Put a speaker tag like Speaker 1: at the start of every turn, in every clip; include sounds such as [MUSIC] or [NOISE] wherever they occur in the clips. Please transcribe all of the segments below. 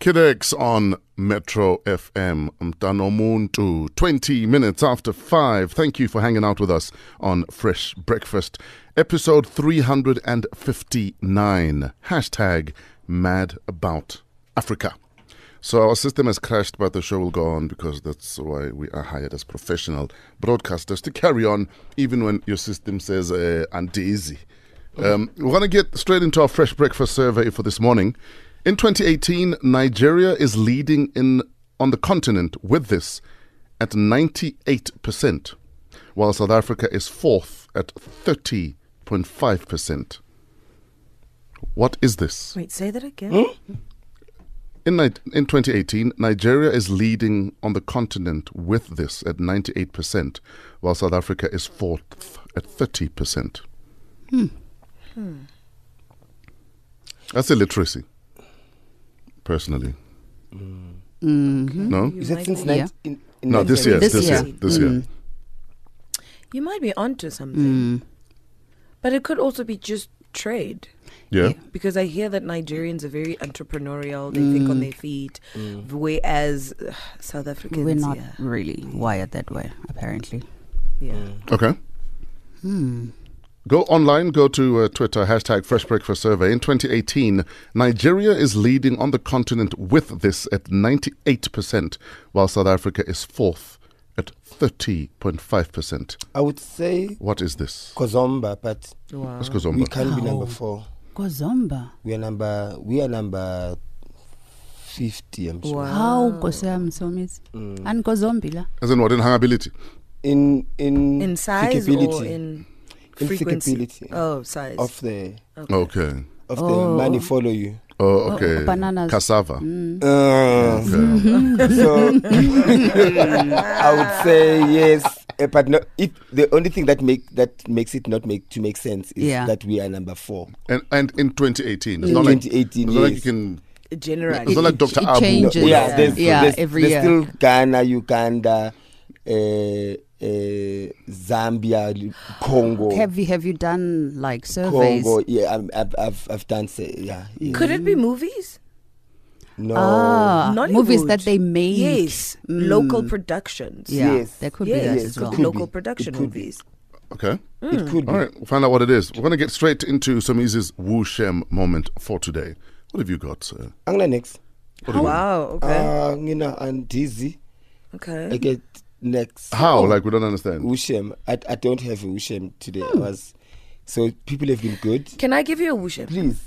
Speaker 1: Kidex on Metro FM Mtanomuntu. 20 minutes after 5. Thank you for hanging out with us on Fresh Breakfast, episode 359. Hashtag mad about Africa. So our system has crashed, but the show will go on because that's why we are hired as professional broadcasters to [LAUGHS] carry on, even when your system says uh, anti-easy. Um, we're going to get straight into our fresh breakfast survey for this morning. In 2018, Nigeria is leading in on the continent with this at 98%, while South Africa is fourth at 30.5%. What is this?
Speaker 2: Wait, say that again.
Speaker 3: Hmm?
Speaker 1: In, Ni- in 2018, Nigeria is leading on the continent with this at 98%, while South Africa is fourth at 30%. Hmm. That's illiteracy, personally.
Speaker 4: Mm-hmm.
Speaker 1: No?
Speaker 2: You
Speaker 3: Is it
Speaker 2: might
Speaker 3: since
Speaker 2: be-
Speaker 3: nine,
Speaker 4: Yeah.
Speaker 3: in, in
Speaker 1: No, this year.
Speaker 3: 1970?
Speaker 1: This,
Speaker 4: This
Speaker 1: year. Hmm.
Speaker 4: year.
Speaker 1: This year.
Speaker 2: You might be onto
Speaker 4: Mm.
Speaker 2: something. But it could also be just trade.
Speaker 1: Yeah.
Speaker 2: Because I hear that Nigerians are very entrepreneurial, they think on their feet,
Speaker 3: Mm.
Speaker 2: whereas uh, South Africans,
Speaker 4: Mm. We're not
Speaker 2: yeah.
Speaker 4: really wired that way, apparently.
Speaker 2: yeah.
Speaker 3: Mm.
Speaker 1: Okay. Go online, go to uh, Twitter, hashtag Fresh Breakfast Survey. In 2018, Nigeria is leading on the continent with this at 98%, while South Africa is fourth at 30.5%.
Speaker 3: I would say
Speaker 1: What is this?
Speaker 3: Kozomba, but
Speaker 2: Wow.
Speaker 1: It's
Speaker 3: we
Speaker 1: Kazomba.
Speaker 3: can't be number four.
Speaker 4: Kozomba.
Speaker 3: We are number we are number fifty. I'm sure.
Speaker 2: Wow.
Speaker 4: How Kosea Msomis?
Speaker 2: Mm.
Speaker 4: And Kozombi Ah, la.
Speaker 1: As in what? In hangability?
Speaker 3: In in
Speaker 2: In size or
Speaker 3: thickability
Speaker 2: in
Speaker 3: In
Speaker 2: frequency?
Speaker 3: thickability.
Speaker 2: Oh, size.
Speaker 3: of the
Speaker 1: Okay.
Speaker 3: of
Speaker 4: Oh.
Speaker 3: the money follow you.
Speaker 1: Oh, Mm. okay.
Speaker 4: bananas.
Speaker 1: Cassava.
Speaker 3: Uh,
Speaker 2: Mm-hmm.
Speaker 1: [LAUGHS] Okay.
Speaker 3: so [LAUGHS] I would say yes, eh, but no. It the only thing that make that makes it not make to make sense is
Speaker 4: Yeah.
Speaker 3: that we are number four.
Speaker 1: And, and in 2018. It's
Speaker 3: In
Speaker 1: not like-
Speaker 3: 2018,
Speaker 1: it's not like
Speaker 3: yes.
Speaker 1: you can.
Speaker 2: General.
Speaker 1: It's not like Dr.
Speaker 4: it
Speaker 1: Abu.
Speaker 3: No,
Speaker 4: changes.
Speaker 3: yeah,
Speaker 4: Yeah.
Speaker 3: there's,
Speaker 4: Yeah,
Speaker 3: there's,
Speaker 4: every
Speaker 3: there's
Speaker 4: year.
Speaker 3: still Ghana, Uganda, uh, uh, Zambia, Li- Congo.
Speaker 4: Have you have you done like surveys?
Speaker 3: Congo, yeah, I'm, I've, I've, I've done, say, yeah. yeah.
Speaker 2: Could it be movies?
Speaker 3: No.
Speaker 4: Ah, movies
Speaker 2: Oh. Nollywood.
Speaker 4: that they made.
Speaker 2: Yes.
Speaker 4: Mm.
Speaker 2: Local productions.
Speaker 4: Yeah,
Speaker 3: Yes.
Speaker 4: there could
Speaker 2: yes.
Speaker 4: be that
Speaker 3: Yes,
Speaker 4: as
Speaker 2: could
Speaker 4: well. Hmm.
Speaker 2: be
Speaker 3: Could
Speaker 2: local
Speaker 3: be. It
Speaker 2: production
Speaker 3: could be.
Speaker 2: movies.
Speaker 1: Okay.
Speaker 3: It could be.
Speaker 1: All right, we'll find out what it is. We're going to get straight into Samizi's Wu Shem moment for today. What have you got, sir?
Speaker 3: Angla next.
Speaker 2: Wow. Okay.
Speaker 3: Ah, Ngina and Dizzy.
Speaker 2: okay.
Speaker 4: Hmm.
Speaker 3: I get next.
Speaker 1: How? Like, we don't understand.
Speaker 3: Ushem. I, I don't have a Ushem today.
Speaker 4: Hmm.
Speaker 3: I was, so people have been good.
Speaker 2: Can I give you a wushim?
Speaker 3: Please.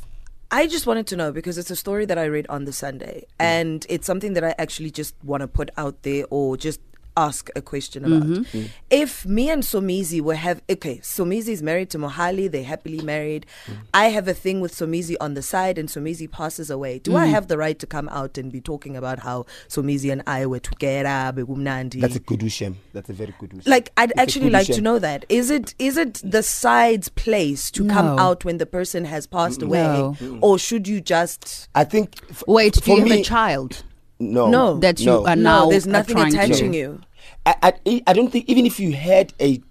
Speaker 2: I just wanted to know because it's a story that I read on the Sunday, and it's something that I actually just want to put out there or just ask a question about.
Speaker 3: Mm-hmm.
Speaker 2: Mm. If me and Somizi were have okay, Somizi is married to Mohali, they're happily married.
Speaker 3: Mm.
Speaker 2: I have a thing with Somizi on the side, and Somizi passes away. Do I
Speaker 3: Mm.
Speaker 2: have the right to come out and be talking about how Somizi and I were together? begumnandi?
Speaker 3: That's a good Ushem. That's a very good Ushem.
Speaker 2: Like I'd
Speaker 3: It's a
Speaker 2: actually
Speaker 3: good
Speaker 2: like to
Speaker 3: Ushem.
Speaker 2: know that. Is it is it the side's place to come
Speaker 4: No.
Speaker 2: out when the person has passed away?
Speaker 4: No.
Speaker 2: Or should you just
Speaker 3: I think. f-
Speaker 4: Wait, do
Speaker 3: for
Speaker 4: you have
Speaker 3: me-
Speaker 4: a child
Speaker 3: No.
Speaker 2: No.
Speaker 4: that you
Speaker 3: no.
Speaker 4: are now
Speaker 2: No, there's
Speaker 4: are
Speaker 2: nothing
Speaker 4: trying to-
Speaker 2: attaching you.
Speaker 3: I, I, I don't think even if you had a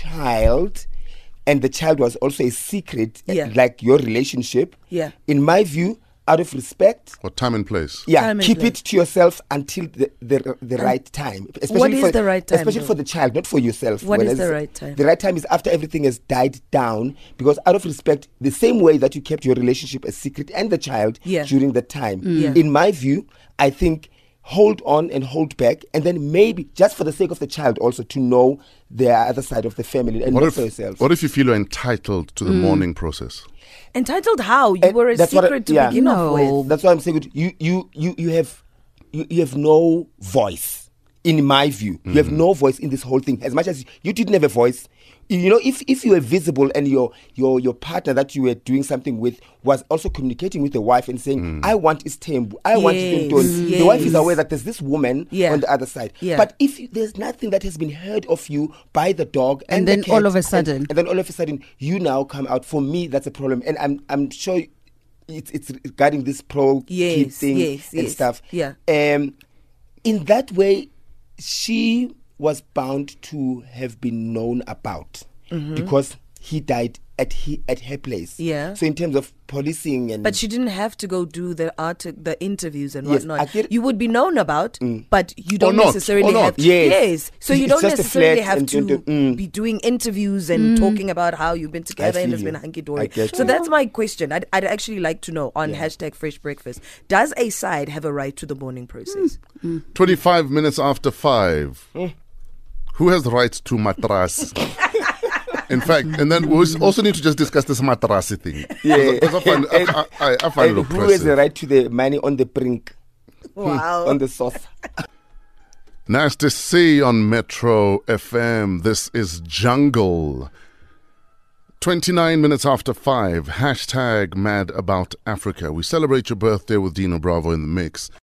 Speaker 3: child and the child was also a secret eh,
Speaker 2: Yeah.
Speaker 3: like your relationship
Speaker 2: Yeah.
Speaker 3: in my view out of respect
Speaker 1: Or time and place?
Speaker 3: yeah
Speaker 2: Time and
Speaker 3: keep
Speaker 2: place.
Speaker 3: it to yourself until the the, the right time especially
Speaker 2: is
Speaker 3: for,
Speaker 2: the right time,
Speaker 3: especially
Speaker 2: though?
Speaker 3: for the child not for yourself
Speaker 2: What
Speaker 3: When
Speaker 2: is
Speaker 3: I
Speaker 2: the
Speaker 3: say-
Speaker 2: right time?
Speaker 3: the right time is after everything has died down because out of respect the same way that you kept your relationship a secret and the child
Speaker 2: Yeah. Mm.
Speaker 3: during the time
Speaker 2: Yeah.
Speaker 3: in my view i think hold on and hold back and then maybe just for the sake of the child also to know the other side of the family and
Speaker 1: What
Speaker 3: not for
Speaker 1: if,
Speaker 3: yourself
Speaker 1: what if you feel you're entitled to the
Speaker 3: Mm.
Speaker 1: mourning process?
Speaker 2: Entitled how? You
Speaker 3: And
Speaker 2: were a
Speaker 3: Eh, that's what I-
Speaker 2: secret to
Speaker 3: yeah.
Speaker 2: begin off
Speaker 4: No.
Speaker 2: with.
Speaker 3: that's why i'm saying it. you you you, you have you, you have no voice in my view you have no voice in this whole thing as much as you didn't have a voice you know if if you were visible and your your your partner that you were doing something with was also communicating with the wife and saying i want is tembu i want is
Speaker 2: Yes,
Speaker 3: the wife
Speaker 2: yes.
Speaker 3: is aware that there's this woman
Speaker 2: Yeah.
Speaker 3: on the other side
Speaker 2: Yeah.
Speaker 3: but if you, there's nothing that has been heard of you by the dog and,
Speaker 4: And
Speaker 3: the
Speaker 4: then all
Speaker 3: cat
Speaker 4: of a
Speaker 3: and-
Speaker 4: sudden-
Speaker 3: and then all of a sudden you now come out for me that's a problem and i'm i'm sure it's it's regarding this pro kid
Speaker 2: Yes,
Speaker 3: thing
Speaker 2: yes,
Speaker 3: and
Speaker 2: yes.
Speaker 3: stuff
Speaker 2: Yeah.
Speaker 3: um in that way she was bound to have been known about because he died at he at her place.
Speaker 2: Mm-hmm. Yeah.
Speaker 3: So in terms of policing and
Speaker 2: But she didn't have to go do the art, the interviews and
Speaker 3: Yes, I
Speaker 2: whatnot.
Speaker 3: get- Mm.
Speaker 2: you would be known about, but you don't
Speaker 1: not, or
Speaker 2: necessarily
Speaker 1: not.
Speaker 2: have. To,
Speaker 3: Yes.
Speaker 2: so
Speaker 3: It's
Speaker 2: you don't
Speaker 3: just a
Speaker 2: necessarily
Speaker 3: flat
Speaker 2: have
Speaker 3: and
Speaker 2: to
Speaker 3: don't do- Mm.
Speaker 2: be doing interviews and talking about how you've been together and
Speaker 3: feel
Speaker 2: it's been
Speaker 3: you.
Speaker 2: hunky
Speaker 3: I
Speaker 2: dory.
Speaker 3: get
Speaker 2: So
Speaker 3: you.
Speaker 2: that's my question. I'd, I'd actually like to know on
Speaker 3: Yeah.
Speaker 2: hashtag Fresh Breakfast: Does a side have a right to the mourning process?
Speaker 3: Hmm.
Speaker 1: 25 minutes after 5.
Speaker 3: Mm.
Speaker 1: Who has the right to
Speaker 3: [LAUGHS]
Speaker 1: matras? In fact, and then we also need to just discuss this matrasi thing.
Speaker 3: Yeah.
Speaker 1: Because I find, I, I, I find
Speaker 3: and
Speaker 1: it
Speaker 3: who has
Speaker 1: oppressive.
Speaker 3: the right to the money on the brink,
Speaker 2: Wow.
Speaker 3: on the sauce?
Speaker 1: Nice to see on Metro FM. This is Jungle. 29 minutes after 5, hashtag mad about Africa. We celebrate your birthday with Dino Bravo in the mix.